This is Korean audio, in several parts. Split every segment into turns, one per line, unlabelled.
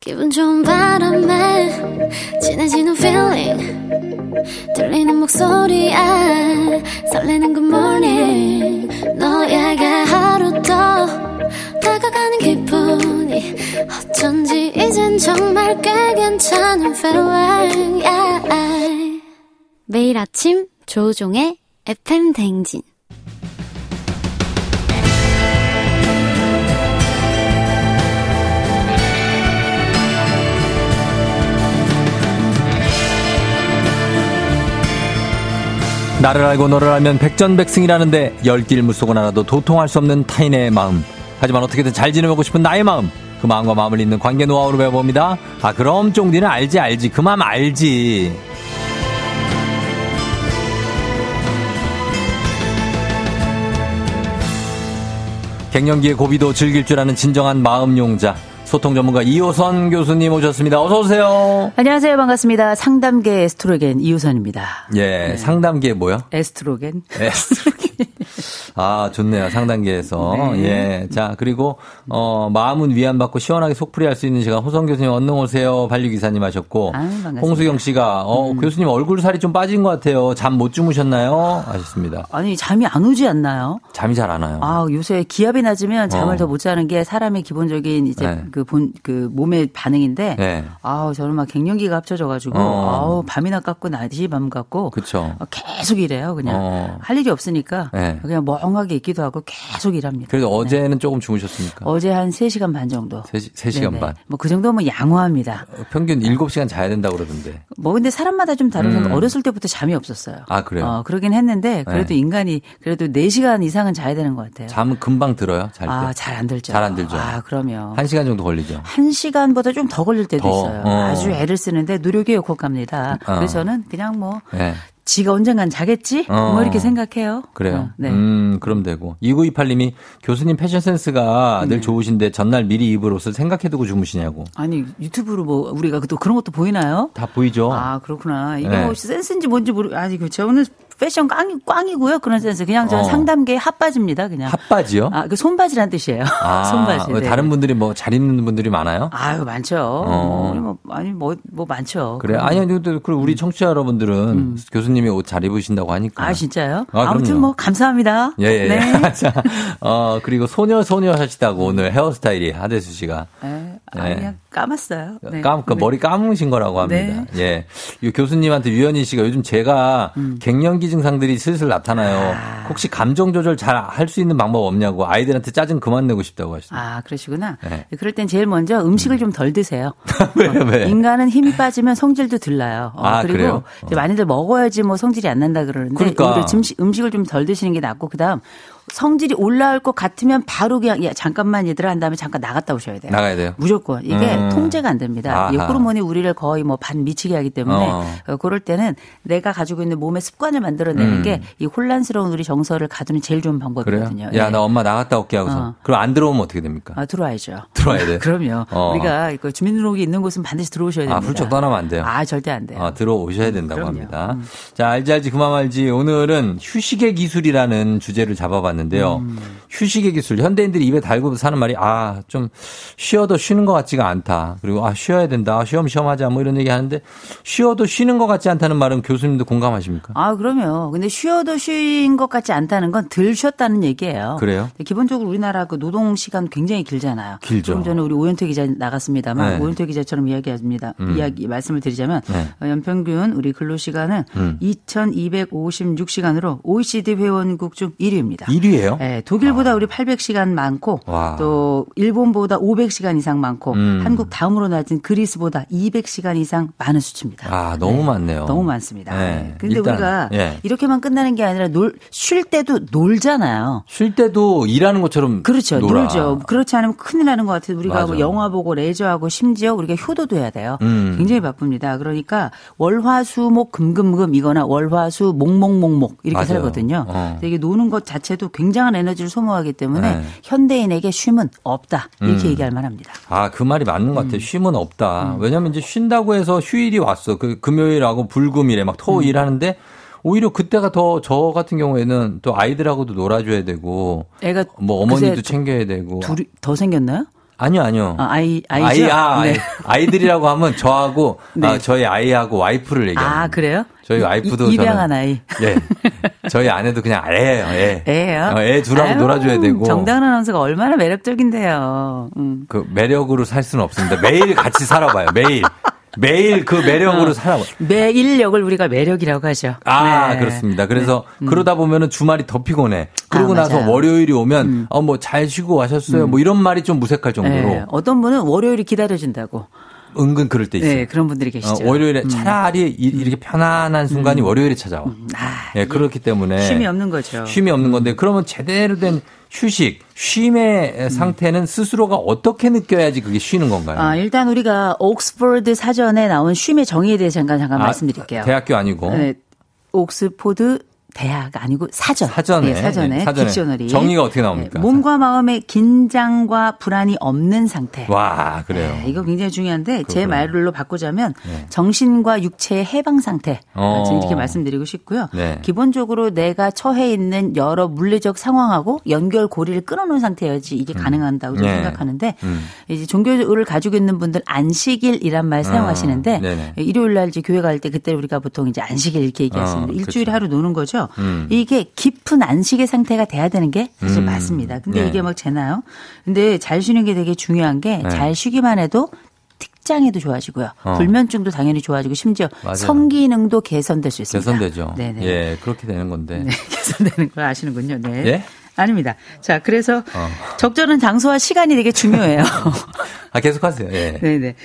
기분 좋은 바람에 진해지는 feeling 들리는 목소리에 설레는 good morning 너에게 하루 더 다가가는 기분이 어쩐지 이젠 정말 꽤 괜찮은 feeling yeah. 매일 아침 조종의 FM 댕진
나를 알고 너를 알면 백전백승이라는데 열길 무속은 알아도 도통할 수 없는 타인의 마음. 하지만 어떻게든 잘 지내보고 싶은 나의 마음. 그 마음과 마음을 잇는 관계 노하우를 배워봅니다. 아 그럼 쫑디는 알지 알지 그 마음 알지. 갱년기의 고비도 즐길 줄 아는 진정한 마음 용자. 소통 전문가 이호선 교수님 오셨습니다. 어서 오세요.
안녕하세요. 반갑습니다. 상담계 에스트로겐 이우선입니다.
예, 상담기에 뭐요?
에스트로겐?
에스트로겐. 아, 좋네요. 상단계에서.
네.
예. 자, 그리고, 어, 마음은 위안받고 시원하게 속풀이 할 수 있는 시간. 호성 교수님, 언능 오세요. 반려기사님 하셨고.
아유, 반갑습니다. 음.
홍수경 씨가, 어, 교수님 얼굴 살이 좀 빠진 것 같아요. 잠 못 주무셨나요? 하셨습니다.
아니, 잠이 안 오지 않나요?
잠이 잘 안 와요.
아, 요새 기압이 낮으면 잠을
어.
더 못 자는 게 사람의 기본적인 이제
네.
그 본, 그 몸의 반응인데.
네.
아우, 저는 막 갱년기가 합쳐져가지고.
어.
아우, 밤이나 깎고 낮이 밤 깎고.
그쵸.
어, 계속 일해요, 그냥.
어.
할 일이 없으니까.
네.
그냥 멍하게 있기도 하고 계속 일합니다.
그래도 어제는 조금 주무셨습니까?
네. 어제 한 3시간 반 정도.
세 3시간
네네.
반.
뭐 그 정도면 양호합니다.
평균 7시간 자야 된다고 그러던데.
뭐 근데 사람마다 좀 다른 건
음.
어렸을 때부터 잠이 없었어요.
아, 그래요?
어, 그러긴 했는데 그래도
네.
인간이 그래도 4시간 이상은 자야 되는 것 같아요.
잠은 금방 들어요? 잘 때.
아, 잘 안 들죠.
잘안 들죠.
아, 그럼요. 한,
한시간 정도 걸리죠.
시간보다 좀 더 걸릴 때도
더,
있어요.
어.
아주 애를 쓰는데 노력이 욕곡 갑니다.
어.
그래서 저는 그냥 뭐
예.
지가 언젠간 자겠지?
어.
뭐 이렇게 생각해요.
그래요.
어, 네.
음, 그럼 되고. 2928님이 교수님 패션 센스가
네.
늘 좋으신데 전날 미리 입을 옷을 생각해두고 주무시냐고.
아니, 유튜브로 뭐 우리가 또 그런 것도 보이나요?
다 보이죠?
아 그렇구나. 이거
네.
뭐 센스인지 뭔지 모르. 아니 그 저는 패션 꽝 꽝이고요. 그런 센스. 그냥 저는
어.
상담계의 핫바지입니다. 그냥.
핫바지요?
아, 그 손바지란 뜻이에요.
어? 아,
손바지.
왜
네.
다른 분들이 뭐 잘 입는 분들이 많아요?
아유 많죠.
어.
우리 뭐 아니 뭐 뭐 많죠.
그래. 아니, 아니, 근데 그 우리 청취자 여러분들은 교수님이 옷 잘 입으신다고 하니까.
음. 아 진짜요?
아,
아, 무튼
그럼요.
뭐 감사합니다.
예, 예.
네.
예. 자, 어, 그리고 소녀, 소녀 하시다고 오늘 헤어스타일이 하대수 씨가.
네. 아,
예.
그냥 까맸어요. 네.
깜, 그
네.
머리 감으신 거라고 합니다. 예. 이 교수님한테 유현희 씨가 요즘 제가
음.
갱년기 증상들이 슬슬 나타나요.
아.
혹시 감정 조절 잘 할 수 있는 방법 없냐고 아이들한테 짜증 그만 내고 싶다고 하시더라고요.
아 그러시구나.
뭐. 네.
그럴 땐 제일 먼저 음식을 좀 덜 드세요.
왜,
아,
왜?
인간은 힘이 빠지면 성질도 들나요. 어,
네. 아,
그리고
그래요?
이제 많이들 먹어야지 뭐 성질이 안 난다 그러는데
그러니까.
오히려 음식, 음식을 좀 덜 드시는 게 낫고 그다음 성질이 올라올 것 같으면 바로 그냥 야, 잠깐만 얘들아 한 다음에 잠깐 나갔다 오셔야 돼요.
나가야 돼요.
무조건 이게
음.
통제가 안 됩니다. 이
아하.
호르몬이 우리를 거의 뭐 반 미치게 하기 때문에
어.
어, 그럴 때는 내가 가지고 있는 몸의 습관을
음.
만들어내는 게 이 혼란스러운 우리 정서를 가두는 제일 좋은
그래요?
방법이거든요.
야,
예.
나 엄마 나갔다 올게 하고서.
어.
그럼 안 들어오면 어떻게 됩니까?
아, 들어와야죠.
들어와야 돼요?
그럼요.
어.
우리가 이거 주민등록이 있는 곳은 반드시 들어오셔야 됩니다.
아, 훌쩍 떠나면 안 돼요.
아, 절대 안 돼요. 음,
아, 들어오셔야 된다고
그럼요.
합니다. 자, 알지 알지 그만 알지. 오늘은 휴식의 기술이라는 주제를 잡아봤는데요.
음.
휴식의 기술. 현대인들이 입에 달고 사는 말이 아, 좀 쉬어도 쉬는 것 같지가 않다. 그리고 아, 쉬어야 된다. 아, 쉬엄 쉬엄 하자. 뭐 이런 얘기 하는데 쉬어도 쉬는 것 같지 않다는 말은 교수님도 공감하십니까?
아, 그럼요. 근데 쉬어도 쉰 것 같지 않다는 건 덜 쉬었다는 얘기예요.
그래요?
근데 기본적으로 우리나라 그 노동 시간 굉장히 길잖아요.
길죠.
조금 전에 우리 오현태 기자 나갔습니다만
네. 음.
오현태 기자처럼 이야기합니다. 이야기 말씀을 드리자면
네. 음.
어, 연평균 우리 근로 시간은 2,256시간으로 OECD 회원국 중 1위입니다.
1위예요
예, 독일보다 우리 800시간 많고
아. 와.
또 일본보다 500시간 이상 많고
음.
한국 다음으로 낮은 그리스보다 200시간 이상 많은 수치입니다.
아, 너무 많네요.
너무 많습니다.
네.
근데
일단,
우리가
예.
이렇게만 끝나는 게 아니라 놀, 쉴 때도 놀잖아요.
쉴 때도 일하는 것처럼
그렇죠.
놀아.
놀죠. 그렇지 않으면 큰일 나는 것 같아요. 우리가
맞아.
뭐 영화 보고 레저하고 심지어 우리가 효도도 해야 돼요.
음.
굉장히 바쁩니다. 그러니까 월화수목 금금금이거나 월화수 목목목목 이렇게
맞아요.
살거든요.
어.
근데 이게 노는 것 자체도 굉장한 에너지를 소모하기 때문에
네. 음.
현대인에게 쉼은 없다 이렇게 얘기할 만합니다.
아, 그 말이 맞는 것
음.
같아요. 쉼은 없다. 왜냐면 이제 쉰다고 해서 휴일이 왔어. 그 금요일하고 불금일에 막
음.
토일 하는데 오히려 그때가 더 저 같은 경우에는 또 아이들하고도 놀아줘야 되고
애가
뭐 어머니도
그새
챙겨야 되고
둘이 더 생겼나요?
아, 아니요, 아니요.
아, 아이, 아이죠?
아이야,
네.
아이, 들이라고 하면 저하고
네.
아, 저희 아이하고 와이프를 얘기합니다.
아, 그래요?
저희
이-
와이프도
이- 입양한
저는-
아이.
예. 저희 아내도 그냥 애예요, 애.
애예요?
어, 애 둘하고
아유,
놀아줘야 되고.
정당 아나운서가 얼마나 매력적인데요. 음.
그 매력으로 살 수는 없습니다. 매일 같이 살아봐요. 매일. 매일 그 매력으로 살아봐요.
매일 역을 우리가 매력이라고 하죠.
아,
네.
그렇습니다. 그래서 그러다 보면은 주말이 더 피곤해. 그러고
아,
나서
맞아요. 음.
월요일이 오면 어 뭐 잘 쉬고 와셨어요. 뭐 이런 말이 좀 무색할 정도로
네, 어떤 분은 월요일이 기다려준다고.
은근 그럴 때 있어요.
네, 그런 분들이
어,
계시죠. 음.
월요일에 차라리 이- 이렇게 편안한 순간이 월요일에 찾아와.
아,
예, 그렇기 때문에
쉼이 없는 거죠. 음.
쉼이 없는 건데 그러면 제대로 된 휴식, 쉼의 상태는 스스로가 어떻게 느껴야지 그게 쉬는 건가요?
음. 아, 일단 우리가 옥스퍼드 사전에 나온 쉼의 정의에 대해서 잠깐 잠깐
아,
말씀드릴게요.
대학교 뭐? 아니고
네, 옥스포드 대학 아니고 사전.
사전에.
네, 사전에.
네, 사전에.
딕셔너리. 네,
정의가 어떻게 나옵니까?
몸과 마음의 긴장과 불안이 없는 상태.
와 그래요.
네, 이거 굉장히 중요한데 제
그렇구나.
말로 바꾸자면 정신과 육체의 해방 상태
어.
저는 이렇게 말씀드리고 싶고요.
네.
기본적으로 내가 처해 있는 여러 물리적 상황하고 연결 고리를 끊어놓은 상태여야지 이게 가능한다고 저는
네.
생각하는데
음.
이제 종교를 가지고 있는 분들 안식일이란 말 사용하시는데
아, 네네.
일요일 날 이제 교회 갈 때 그때 우리가 보통 이제 안식일 이렇게 얘기하시는데
어,
일주일에
그쵸.
하루 노는 거죠.
음.
이게 깊은 안식의 상태가 돼야 되는 게 사실
음.
맞습니다. 근데
네.
이게 막 재나요? 근데 잘 쉬는 게 되게 중요한 게
네.
잘 쉬기만 해도 특장에도 좋아지고요.
어.
불면증도 당연히 좋아지고 심지어
맞아요.
성기능도 개선될 수 있습니다.
개선되죠.
네네.
예, 그렇게 되는 건데.
네, 개선되는 걸 아시는군요. 네.
예? 어.
아닙니다. 자, 그래서 적절한 장소와 시간이 되게 중요해요.
아 계속하세요. 예.
네네.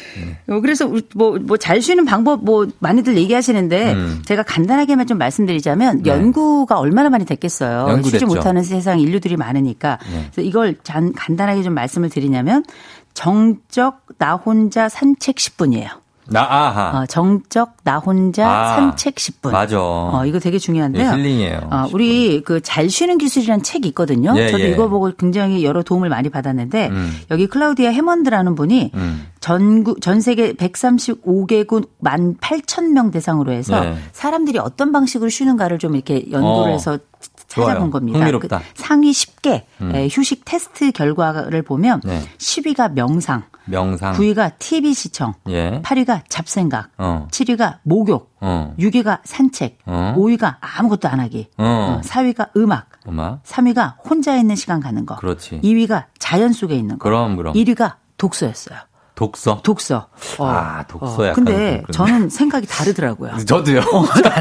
어, 그래서 우리 뭐, 뭐 잘 쉬는 방법 뭐 많이들 얘기하시는데
음. 네.
제가 간단하게만 좀 말씀드리자면 연구가 얼마나 많이 됐겠어요.
연구됐죠. 네.
쉬지 못하는 세상 인류들이 많으니까. 그래서 이걸 잔- 간단하게 좀 말씀을 드리냐면 정적 나 혼자 산책 10분이에요.
나 아하.
어, 정적 나 혼자
아,
산책 10분.
맞아.
어, 이거 되게 중요한데요.
예, 힐링이에요.
아, 우리 그 잘 쉬는 기술이라는 책이 있거든요.
예,
저도
예.
이거 보고 굉장히 여러 도움을 많이 받았는데
음.
여기 클라우디아 해먼드라는 분이
음.
전국 전 세계 135개국 18,000명 대상으로 해서
네.
사람들이 어떤 방식으로 쉬는가를 좀 이렇게 연구를
어.
해서 찾아본
좋아요.
겁니다.
흥미롭다. 음.
그 상위 10개 예, 휴식 테스트 결과를 보면
네. 아.
10위가 명상,
명상.
9위가 TV 시청,
예.
8위가 잡생각,
어.
7위가 목욕,
어.
6위가 산책,
어.
5위가 아무것도 안 하기,
어.
어, 4위가 음악,
음악.
3위가 혼자 있는 시간 가는 거,
그렇지.
2위가 자연 속에 있는 거,
그럼 그럼.
1위가 독서였어요.
독서.
독서. 어.
아, 독서 약간
근데
좀 그렇네.
저는 생각이 다르더라고요.
저도요.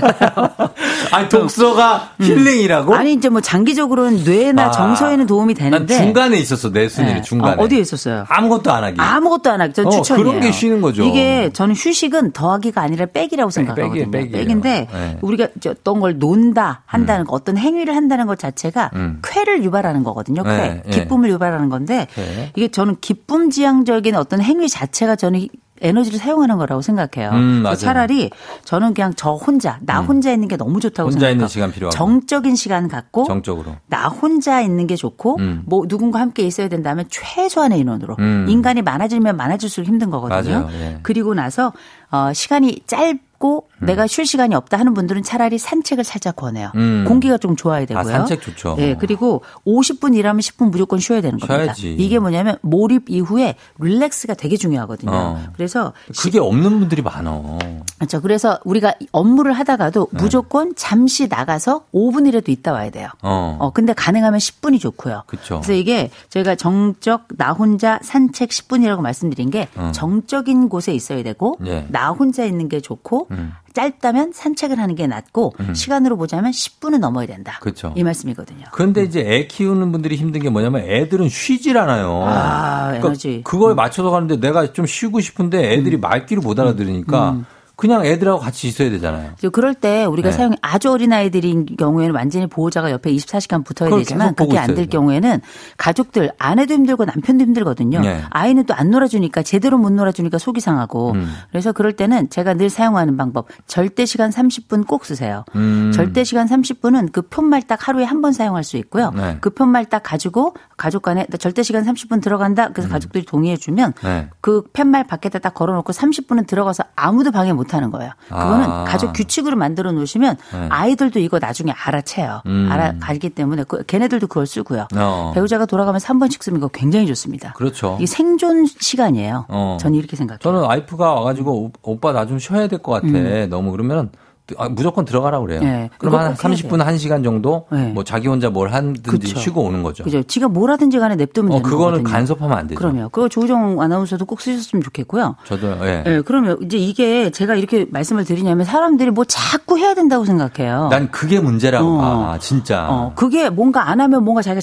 아니 독서가 힐링이라고?
어. 음. 아니 이제 뭐 장기적으로는 뇌나
아,
정서에는 도움이
난
되는데
중간에 있었어 내 순위는
네.
중간에.
어, 어디에 있었어요?
아무것도 안 하기.
아무것도 안 하기 전
어,
추천이에요.
그런 게 쉬는 거죠.
이게 저는 휴식은 더하기가 아니라 빼기라고 생각하거든요.
빼기예요. 음.
인데
네.
우리가 이제 어떤 걸 논다 한다는 거, 어떤 행위를 한다는 것 자체가 쾌를 유발하는 거거든요. 쾌,
네, 음. 예.
기쁨을 유발하는 건데
쾌.
이게 저는 기쁨지향적인 어떤 행위 자체가 저는 에너지를 사용하는 거라고 생각해요.
음,
그래서
맞아요. 음.
차라리 저는 그냥 저 혼자 나 혼자 있는 게 너무 좋다고
혼자
생각해요.
있는 시간 필요하고.
정적인 시간 갖고
정적으로.
나 혼자 있는 게 좋고
음.
뭐 누군가 함께 있어야 된다면 최소한의 인원으로
음.
인간이 많아지면 많아질수록 힘든 거거든요.
맞아요. 예.
그리고 나서 어 시간이 짧고 내가 쉴 시간이 없다 하는 분들은 차라리 산책을 살짝 권해요.
음.
공기가 좀 좋아야 되고요.
산책 좋죠.
예, 그리고 50분 일하면 10분 무조건 쉬어야 되는 겁니다.
쉬어야지.
이게 뭐냐면 몰입 이후에 릴렉스가 되게 중요하거든요.
어.
그래서
그게 없는 분들이 많어.
그렇죠. 그래서 우리가 업무를 하다가도
네.
무조건 잠시 나가서 5분이라도 있다 와야 돼요.
어.
어, 근데 가능하면 10분이 좋고요.
그쵸.
래서 이게 저희가 정적 나 혼자 산책 10분이라고 말씀드린 게 정적인 곳에 있어야 되고
어. 예. 음.
나 혼자 있는 게 좋고 짧다면 산책을 하는 게 낫고 시간으로 보자면 10분은 넘어야 된다.
그쵸.
이 말씀이거든요.
그런데 이제 애 키우는 분들이 힘든 게 뭐냐면 애들은 쉬질 않아요. 그러니까
아, 에너지. 음.
그거에 맞춰서 가는데 내가 좀 쉬고 싶은데 애들이 말귀를 못 알아들으니까 그냥 애들하고 같이 있어야 되잖아요.
그래서 그럴 때 우리가
네.
사용 아주 어린 아이들인 경우에는 완전히 보호자가 옆에 24시간 붙어야
그걸
되지만
계속 보고
그게 안 될
있어야죠.
경우에는 가족들 아내도 힘들고 남편도 힘들거든요.
네.
아이는 또 안 놀아주니까 제대로 못 놀아주니까 속이 상하고
음.
그래서 그럴 때는 제가 늘 사용하는 방법 절대 시간 30분 꼭 쓰세요.
음.
절대 시간 30분은 그 편말 딱 하루에 한 번 사용할 수 있고요.
네.
그 편말 딱 가지고 가족 간에 나 절대 시간 30분 들어간다. 그래서 가족들이 동의해 주면
음. 네.
그 편말 밖에다 딱 걸어놓고 30분은 들어가서 아무도 방해 못 못하는 거예요. 그거는
아.
가족 규칙으로 만들어 놓으시면
네.
아이들도 이거 나중에 알아채요.
음.
알아가기 때문에 그- 걔네들도 그걸 쓰고요.
어.
배우자가 돌아가면서 한 번씩 쓰면 이거 굉장히 좋습니다.
그렇죠.
이게 생존 시간이에요.
어.
저는 이렇게 생각해요.
저는 와이프가 와가지고 오- 오빠 나 좀 쉬어야 될 것 같아. 너무 그러면 아, 무조건 들어가라 그래요.
음. 네,
그럼 한
그거 꼭 해야
30분 1시간 정도
네.
뭐 자기 혼자 뭘 하든지
그쵸.
쉬고 오는 거죠.
그죠? 지가 뭐라든지 간에 냅두면
그렇죠. 어
되는
그거는
거거든요.
간섭하면 안 되죠.
그럼요. 그거 조우정 아나운서도 꼭 쓰셨으면 좋겠고요.
저도 예.
예, 그러면 이제 이게 제가 이렇게 말씀을 드리냐면 사람들이 뭐 자꾸 해야 된다고 생각해요.
난 그게 문제라고
어.
봐. 진짜.
어, 그게 뭔가 안 하면 뭔가 자기가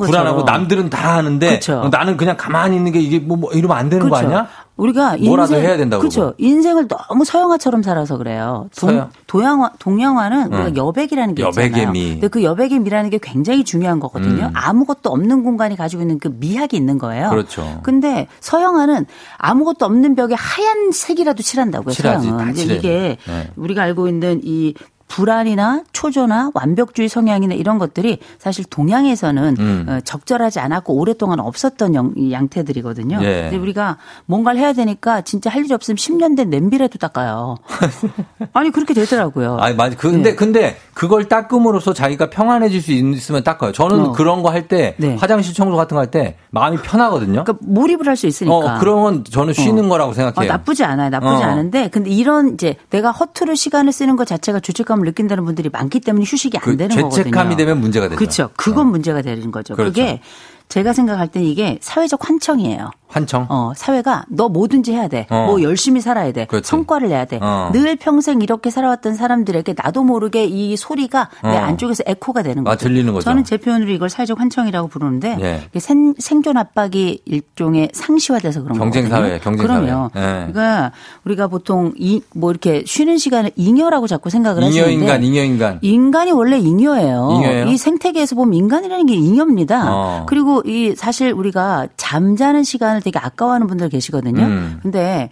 어,
것처럼
불안하고 남들은 다 하는데
그쵸.
어, 나는 그냥 가만히 있는 게 이게 뭐, 뭐 이러면 안 되는
그렇죠.
거 아니야?
우리가
뭐라도
인생,
해야 된다고
그렇죠. 인생을 너무 서양화처럼 살아서 그래요. 동,
서양.
도양화, 동양화는
응.
우리가 여백이라는 게
여백의
있잖아요.
미. 음.
근데 그 여백의 미라는 게 굉장히 중요한 거거든요. 아무것도 없는 공간이 가지고 있는 그 미학이 있는 거예요.
그렇죠.
근데 서양화는 아무것도 없는 벽에 하얀 색이라도 칠한다고요.
칠하지, 다
서양은. 근데
칠해요.
이게
네.
우리가 알고 있는 이 불안이나 초조나 완벽주의 성향이나 이런 것들이 사실 동양에서는
음.
어, 적절하지 않았고 오랫동안 없었던 영- 이 양태들이거든요.
예.
근데 우리가 뭔가를 해야 되니까 진짜 할 일이 없으면 10년 된 냄비라도 닦아요. 아니 그렇게 되더라고요.
아, 맞아.
네.
근데 근데 그걸 닦음으로써 자기가 평안해질 수 있으면 닦아요. 저는
어.
그런 거 할 때
네.
화장실 청소 같은 거 할 때 마음이 편하거든요.
그러니까 몰입을 할 수 있으니까.
어, 그러면 저는 쉬는 거라고
어,
생각해요.
나쁘지 않아요. 나쁘지
어.
않은데 근데 이런 이제 내가 허투루 시간을 쓰는 것 자체가 죄책감을 느낀다는 분들이 많기 때문에 휴식이 안
그
되는
죄책감이
거거든요.
되면 문제가 되죠.
그렇죠. 그건 문제가 되는 거죠.
그렇죠.
그게 제가 생각할 때 이게 사회적 환청이에요.
환청.
어, 사회가 너 뭐든지 해야 돼.
그렇죠. 어.
뭐 열심히 살아야 돼.
그렇지.
성과를 내야 돼.
어.
늘 평생 이렇게 살아왔던 사람들에게 나도 모르게 이 소리가 내
어.
안쪽에서 에코가 되는
아,
거죠.
들리는 거죠.
저는 제 표현으로 이걸 사회적 환청이라고 부르는데
예.
이게 생, 생존 압박이 일종의 상시화돼서 그런
경쟁
거거든요.
사회, 경쟁
그럼요.
사회. 예.
그러니까 우리가 보통 이, 뭐 이렇게 쉬는 시간을 잉여라고 자꾸 생각을 하시는데
잉여인간, 잉여인간.
인간이 원래 잉여예요.
잉여예요?
이 생태계에서 보면 인간이라는 게 잉여입니다.
어.
그리고 이 사실 우리가 잠자는 시간을 되게 아까워하는 분들 계시거든요.
음.
근데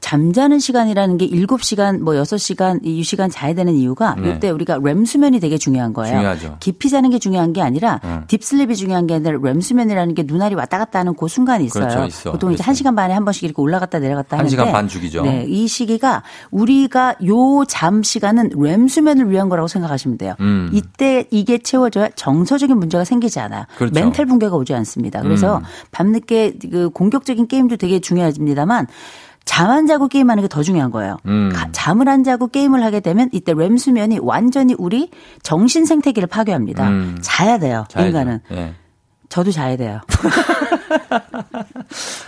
잠자는 시간이라는 게 7시간 뭐 6시간 이 시간 자야 되는 이유가
네.
이때 우리가 렘 수면이 되게 중요한 거예요.
중요하죠. 음.
깊이 자는 게 중요한 게 아니라 딥슬립이 중요한 게 아니라 렘 수면이라는 게 눈알이 왔다 갔다 하는 그 순간이 있어요.
그렇죠, 있어.
보통 이제
있어요.
1시간 반에 한 번씩 이렇게 올라갔다 내려갔다
한
하는데
시간 반 주기죠.
네, 이 시기가 우리가 요 잠 시간은 렘 수면을 위한 거라고 생각하시면 돼요.
음.
이때 이게 채워져야 정서적인 문제가 생기지 않아요.
그렇죠. 음.
멘탈 붕괴가 오지 않습니다. 그래서 밤늦게 그 공격적인 게임도 되게 중요합니다만 잠 안 자고 게임하는 게 더 중요한 거예요.
음.
가- 잠을 안 자고 게임을 하게 되면 이때 렘 수면이 완전히 우리 정신 생태계를 파괴합니다.
음.
자야 돼요.
자야죠. 아,
인간은
예.
저도 자야 돼요.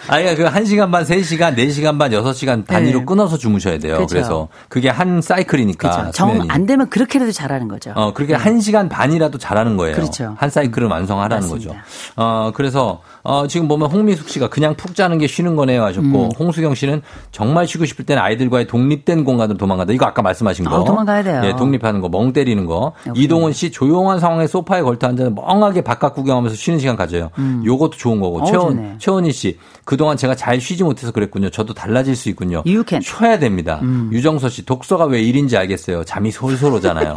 아니, 그 1시간 반, 3시간, 4시간 반, 6시간 단위로
네.
끊어서 주무셔야 돼요.
그렇죠.
그래래서 그게 한 사이클이니까.
정
수면이.
안 되면 그렇게라도 잘하는 거죠.
어, 그렇게 한 시간 반이라도 잘하는 거예요.
음. 그렇죠.
한 사이클을 완성하라는
맞습니다.
거죠. 어, 그래서, 어, 지금 보면 홍미숙 씨가 그냥 푹 자는 게 쉬는 거네요 하셨고,
음.
홍수경 씨는 정말 쉬고 싶을 때는 아이들과의 독립된 공간으로 도망간다. 이거 아까 말씀하신 거.
아, 도망가야 돼요.
예, 독립하는 거, 멍 때리는 거.
역시.
이동훈 씨 조용한 상황에 소파에 걸터 앉아 멍하게 바깥 구경하면서 쉬는 시간 가져요. 요것도 좋은 거고.
음. 어우,
최원,
좋네.
최원희 씨, 그동안 제가 잘 쉬지 못해서 그랬군요. 저도 달라질 수 있군요.
You can.
쉬어야 됩니다.
음.
유정서 씨, 독서가 왜 일인지 알겠어요. 잠이 솔솔 오잖아요.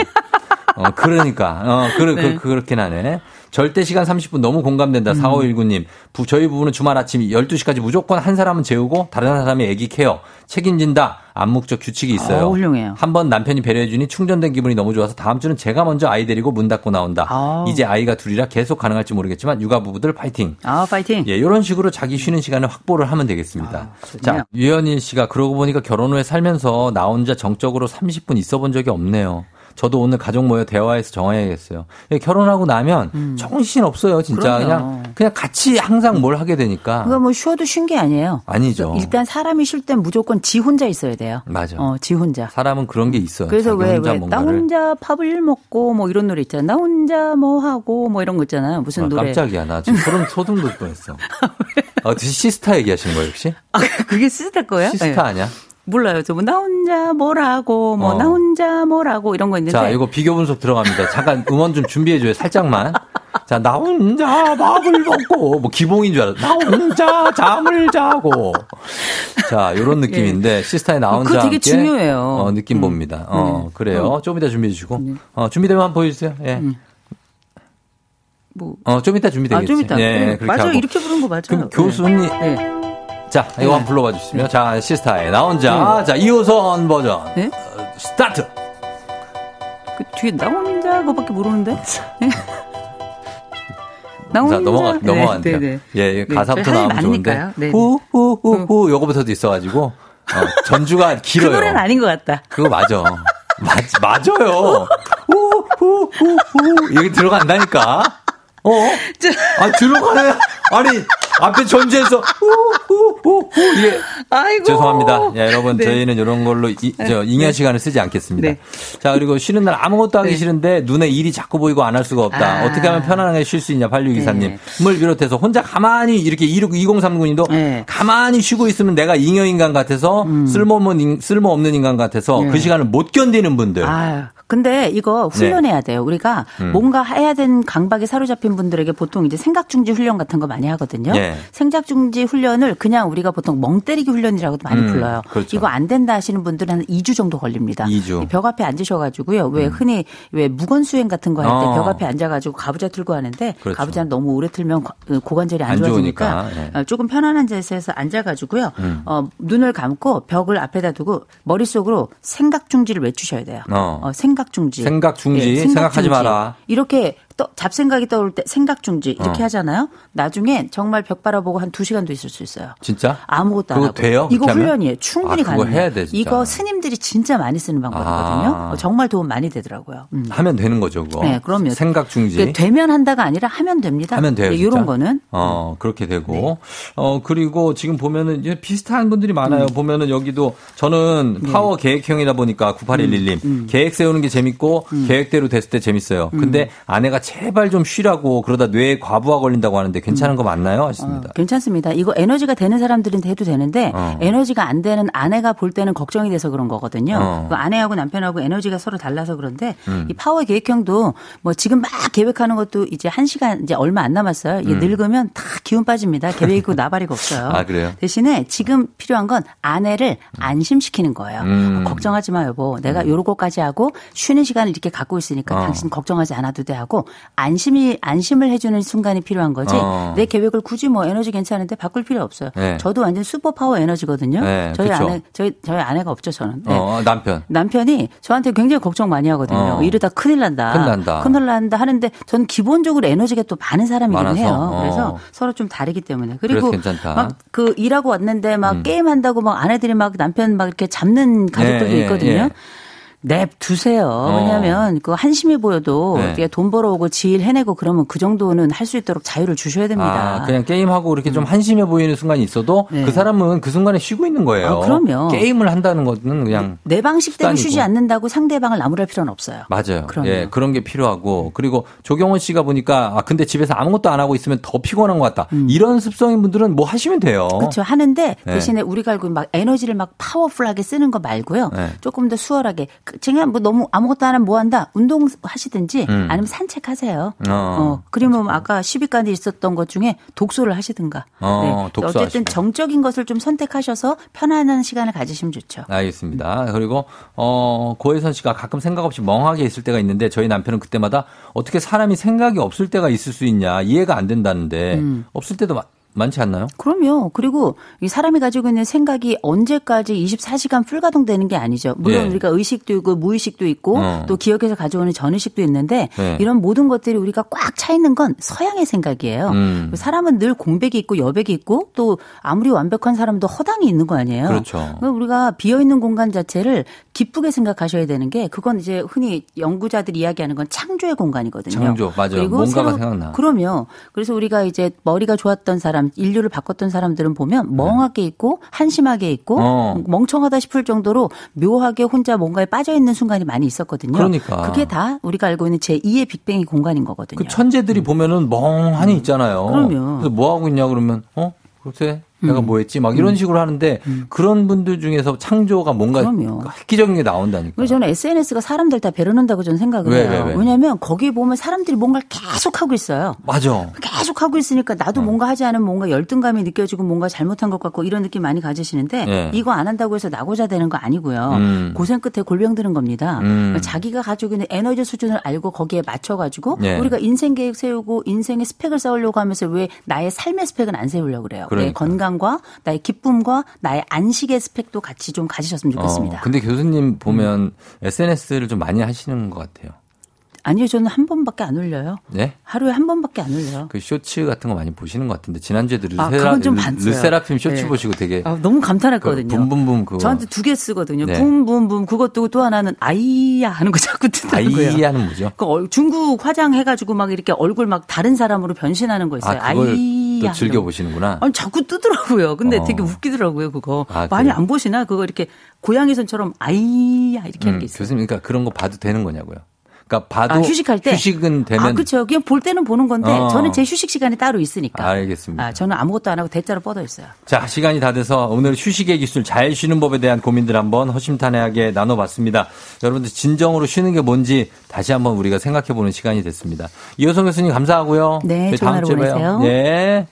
어, 그러니까. 어, 그, 그, 그렇긴 하네. 절대 시간 30분 너무
음.
공감된다. 4519님. 부, 저희 부부는 주말 아침 12시까지 무조건 한 사람은 재우고 다른 사람이 애기 케어. 책임진다. 암묵적 규칙이 있어요.
어, 훌륭해요.
한 번 남편이 배려해주니 충전된 기분이 너무 좋아서 다음 주는 제가 먼저 아이 데리고 문 닫고 나온다.
아우.
이제 아이가 둘이라 계속 가능할지 모르겠지만 육아 부부들 파이팅.
아 파이팅.
예, 이런 식으로 자기 쉬는 시간을 확보를 하면 되겠습니다.
아, 좋네요.
자, 유현인 씨가 그러고 보니까 결혼 후에 살면서 나 혼자 정적으로 30분 있어 본 적이 없네요. 저도 오늘 가족 모여 대화해서 정해야겠어요. 예, 결혼하고 나면 정신 없어요, 진짜.
음. 그럼요.
그냥 그냥 같이 항상 뭘 하게 되니까.
그거 뭐 쉬어도 쉰 게 아니에요.
아니죠.
일단 사람이 쉴 땐 무조건 지 혼자 있어야 돼요.
맞아.
어, 지 혼자.
사람은 그런 게 있어요.
그래서
자기
왜,
혼자
왜, 나
뭔가를.
혼자 밥을 먹고 뭐 이런 노래 있잖아. 나 혼자 뭐 하고 뭐 이런 거 있잖아요. 무슨
아,
노래.
깜짝이야. 나 지금 소름 소름 돋을 뻔했어. 어, 시스타 얘기하시는 거예요, 혹시?
아, 그게 쓰다 거예요?
시스타
예.
아니야?
몰라요. 저 뭐 나 혼자 뭘 하고 뭐
어.
나 혼자 뭘 하고 이런 거 있는데.
자, 이거 비교 분석 들어갑니다. 잠깐 음원 좀 준비해줘요. 살짝만. 자, 나 혼자 밥을 먹고, 뭐 기봉인 줄 알았어. 나 혼자 잠을 자고. 자, 요런 느낌인데, 시스타의 나
어,
혼자.
그거 되게
함께,
중요해요. 음.
어, 느낌 봅니다. 어, 그래요. 좀 이따 준비해주시고.
네.
어, 준비되면 한번 보여주세요. 예.
뭐.
어, 좀 이따 준비되겠지
아, 좀 이따.
예,
예,
그렇게
맞아요.
하고.
이렇게 부르는 거 맞아요.
그럼 교수님,
네. 네.
자, 이거 한번 불러봐 주시면. 자, 시스타의 나 혼자. 자, 2호선 버전.
음. 네?
어, 스타트!
그 뒤에 나 혼자 그거밖에 모르는데. 네. 나
자,
혼자.
넘어가,
네,
넘어가니까.
네, 네.
예, 예,
네,
가사부터
저희 할
나오면
일
좋은데.
많으니까요. 네, 네.
후, 후, 후, 후, 요거부터도 있어가지고. 어, 전주가
그
길어요.
노래는 아닌 것 같다.
그거 맞아. 맞, 맞아요. 후, 후, 후, 후. 여기 들어간다니까. 어? 아, 들어가네. 아니, 앞에 전주에서 후, 후, 후, 후. 이게
아이고.
죄송합니다. 예, 여러분
네.
저희는 이런 걸로 이, 저 잉여 시간을 쓰지 않겠습니다.
네.
자 그리고 쉬는 날 아무것도 하기
네.
싫은데 눈에 일이 자꾸 보이고 안 할 수가 없다.
아.
어떻게 하면 편안하게 쉴 수 있냐
네.
팔류기사님을 비롯해서 혼자 가만히 이렇게 2030님도
네. 음.
가만히 쉬고 있으면 내가 잉여 인간 같아서 쓸모없는 인- 쓸모없는 인간 같아서 그 시간을 못 견디는 분들.
네. 아유, 근데 이거 훈련해야 돼요. 우리가
음.
뭔가 해야 되는 강박에 사로잡힌 분들에게 보통 이제 생각 중지 훈련 같은 거 많이 하거든요.
예.
생각 중지 훈련을 그냥 우리가 보통 멍 때리기 훈련이라고도 많이
음,
불러요.
그렇죠.
이거 안 된다 하시는 분들은 한 2주 정도 걸립니다.
이 주. 음.
이벽 앞에 앉으셔가지고요. 왜 흔히 왜 무건 수행 같은 거 할 때
어.
벽 앞에 앉아가지고 가부좌 틀고 하는데
그렇죠.
가부좌는 너무 오래 틀면 어, 고- 고관절이 안
안
좋아지니까
좋으니까, 예.
어, 조금 편안한 자세에서 앉아가지고요.
음.
어, 눈을 감고 벽을 앞에다 두고 머릿속으로 생각 중지를 외치셔야 돼요.
어.
어, 생각 중지. 예,
생각 중지. 생각하지 마라.
이렇게 떠, 잡생각이 떠올 때 생각 중지 이렇게
어.
하잖아요. 나중에 정말 벽 바라보고 한 두 시간도 있을 수 있어요.
진짜?
아무것도 안
그거
하고.
돼요?
이거
그렇게 하면?
훈련이에요. 충분히
아, 그거
가능해요.
해야 돼, 진짜.
이거 스님들이 진짜 많이 쓰는 방법이거든요.
아.
어, 정말 도움 많이 되더라고요. 음.
하면 되는 거죠, 그거.
네, 그럼요.
생각 중지.
그러니까 되면 한다가 아니라 하면 됩니다.
하면 돼요.
네,
진짜.
이런 거는 네.
어 그렇게 되고 어 그리고 지금 보면은 이제 비슷한 분들이 많아요.
음.
보면은 여기도 저는
네.
파워 계획형이다 보니까 9811님
음,
계획 세우는 게 재밌고 계획대로 됐을 때 재밌어요. 근데 아내가 제발 좀 쉬라고 그러다 뇌에 과부하 걸린다고 하는데
음.
괜찮은 거 맞나요? 하십니다.
어, 괜찮습니다. 이거 에너지가 되는 사람들은 해도 되는데
어.
에너지가 안 되는 아내가 볼 때는 걱정이 돼서 그런 거거든요.
어. 음.
그 아내하고 남편하고 에너지가 서로 달라서 그런데 이 파워 계획형도 뭐 지금 막 계획하는 것도 이제 한 시간 이제 얼마 안 남았어요. 이게 늙으면 다 기운 빠집니다. 계획이고 나발이가 없어요.
음. 아, 그래요?
대신에 지금 필요한 건 아내를 안심시키는 거예요.
음.
어, 걱정하지 마 여보. 내가 요런 것까지 하고 쉬는 시간을 이렇게 갖고 있으니까
어.
당신 걱정하지 않아도 돼 하고 안심이 안심을 해주는 순간이 필요한 거지.
어.
내 계획을 굳이 뭐 에너지 괜찮은데 바꿀 필요 없어요.
네.
저도 완전 슈퍼 파워 에너지거든요.
네,
저희
그쵸.
아내 저희 저희 아내가 없죠 저는. 네.
어 남편
남편이 저한테 굉장히 걱정 많이 하거든요.
어.
이러다 큰일 난다.
큰일 난다.
큰일 난다 하는데 저는 기본적으로 에너지가 또 많은 사람이긴
많아서?
해요.
어.
그래서 서로 좀 다르기 때문에.
그래서
그리고
괜찮다. 음.
막 그 일하고 왔는데 막 게임 한다고 막 아내들이 막 남편 막 이렇게 잡는 가족들도
예, 예,
있거든요.
예. 어.
냅두세요. 왜냐하면 그 한심해 보여도
네.
이게 돈 벌어오고 지일 해내고 그러면 그 정도는 할 수 있도록 자유를 주셔야 됩니다. 음.
아, 그냥 게임하고 이렇게 좀 한심해 보이는 순간이 있어도
네.
그 사람은 그 순간에 쉬고 있는 거예요.
아, 그럼요. 네.
게임을 한다는 거는 그냥
내 방식대로
수단이고.
쉬지 않는다고 상대방을 나무랄 필요는 없어요.
맞아요.
그럼요.
예, 그런 게 필요하고 그리고 조경원 씨가 보니까 아 근데 집에서 아무것도 안 하고 있으면 더 피곤한 것 같다. 이런 습성인 분들은 뭐 하시면 돼요.
음. 그렇죠.
네.
하는데 대신에 우리가 알고 있는 막 에너지를 막 파워풀하게 쓰는 거 말고요.
네.
조금 더 수월하게 그, 그냥 뭐 너무 아무것도 안 하면 뭐 한다. 운동 하시든지 아니면 산책하세요.
음. 어.
어. 그러면 아까 10위까지 있었던 것 중에 독서를 하시든가. 네.
어, 독서
어쨌든
하시고.
정적인 것을 좀 선택하셔서 편안한 시간을 가지시면 좋죠.
알겠습니다. 그리고 어 고혜선 씨가 가끔 생각 없이 멍하게 있을 때가 있는데 저희 남편은 그때마다 어떻게 사람이 생각이 없을 때가 있을 수 있냐 이해가 안 된다는데
음.
없을 때도 마- 많지 않나요?
그럼요. 그리고 이 사람이 가지고 있는 생각이 언제까지 24시간 풀가동되는 게 아니죠. 물론
예.
우리가 의식도 있고 무의식도 있고
어.
또 기억해서 가져오는 전의식도 있는데
네.
이런 모든 것들이 우리가 꽉 차 있는 건 서양의 생각이에요.
음.
사람은 늘 공백이 있고 여백이 있고 또 아무리 완벽한 사람도 허당이 있는 거 아니에요.
그렇죠.
그러니까 우리가 비어 있는 공간 자체를 기쁘게 생각하셔야 되는 게 그건 이제 흔히 연구자들이 이야기하는 건 창조의 공간이거든요.
창조, 맞아요. 뭔가가 생각나.
그럼요. 그래서 우리가 이제 머리가 좋았던 사람, 인류를 바꿨던 사람들은 보면 멍하게 있고 한심하게 있고
네. 어.
멍청하다 싶을 정도로 묘하게 혼자 뭔가에 빠져 있는 순간이 많이 있었거든요.
그러니까.
그게 다 우리가 알고 있는 제 2의 빅뱅이 공간인 거거든요.
그 천재들이 보면은 멍하니 있잖아요.
음. 그럼요. 음.
래서뭐 하고 있냐 그러면 어 글쎄 내가 뭐 했지 막 이런 식으로 하는데 그런 분들 중에서 창조가 뭔가
그럼요.
획기적인 게 나온다니까.
그래서 저는 SNS가 사람들 다 배려놓는다고 저는 생각을
왜,
해요.
왜, 왜?
왜냐하면 거기 보면 사람들이 뭔가를 계속 하고 있어요.
맞아.
계속 하고 있으니까
음.
나도 뭔가 하지 않으면 뭔가 열등감이 느껴지고 뭔가 잘못한 것 같고 이런 느낌 많이 가지시는데
예.
이거 안 한다고 해서 나고자 되는 거 아니고요.
음.
고생 끝에 골병 드는 겁니다. 그러니까
음.
자기가 가지고 있는 에너지 수준을 알고 거기에 맞춰가지고
예.
우리가 인생 계획 세우고 인생의 스펙을 쌓으려고 하면서 왜 나의 삶의 스펙은 안 세우려고 그래요. 왜
그러니까.
건강 건강과 나의 기쁨과 나의 안식의 스펙도 같이 좀 가지셨으면 좋겠습니다. 음.
어, 근데 교수님 보면 SNS를 좀 많이 하시는 것 같아요.
아니요, 저는 한 번밖에 안 올려요.
예?
하루에 한 번밖에 안 올려요.
그 쇼츠 같은 거 많이 보시는 것 같은데 지난주에도
아,
르세라,
그건 좀
르-
반했어요.
르세라핌 쇼츠
예.
보시고 되게
아, 너무 감탄했거든요.
그 붐붐붐 그거.
저한테 두 개 쓰거든요.
네.
붐붐붐 그것도 또 하나는 아이야 하는 거 자꾸 뜨는 거예요.
아이하는 뭐죠?
그 얼- 중국 화장해가지고 막 이렇게 얼굴 막 다른 사람으로 변신하는 거
아
있어요.
그걸 또
아이야.
즐겨 보시는구나.
아니 자꾸 뜨더라고요. 근데
어.
되게 웃기더라고요 그거.
아,
많이
그래요?
안 보시나 그거 이렇게 고양이 손처럼 아이야 이렇게 하는 게 있어요.
교수님 그러니까 그런 거 봐도 되는 거냐고요. 그러니까 봐도
아, 휴식할 때
휴식은 되면
아 그렇죠. 그냥 볼 때는 보는 건데
어.
저는 제 휴식 시간이 따로 있으니까.
알겠습니다.
아, 저는 아무것도 안 하고 대자로 뻗어 있어요.
자, 시간이 다 돼서 오늘 휴식의 기술 잘 쉬는 법에 대한 고민들 한번 허심탄회하게 나눠봤습니다. 여러분들 진정으로 쉬는 게 뭔지 다시 한번 우리가 생각해보는 시간이 됐습니다. 이호성 교수님 감사하고요.
네,
저희
좋은 하루
주에 봐요.
보내세요.
네.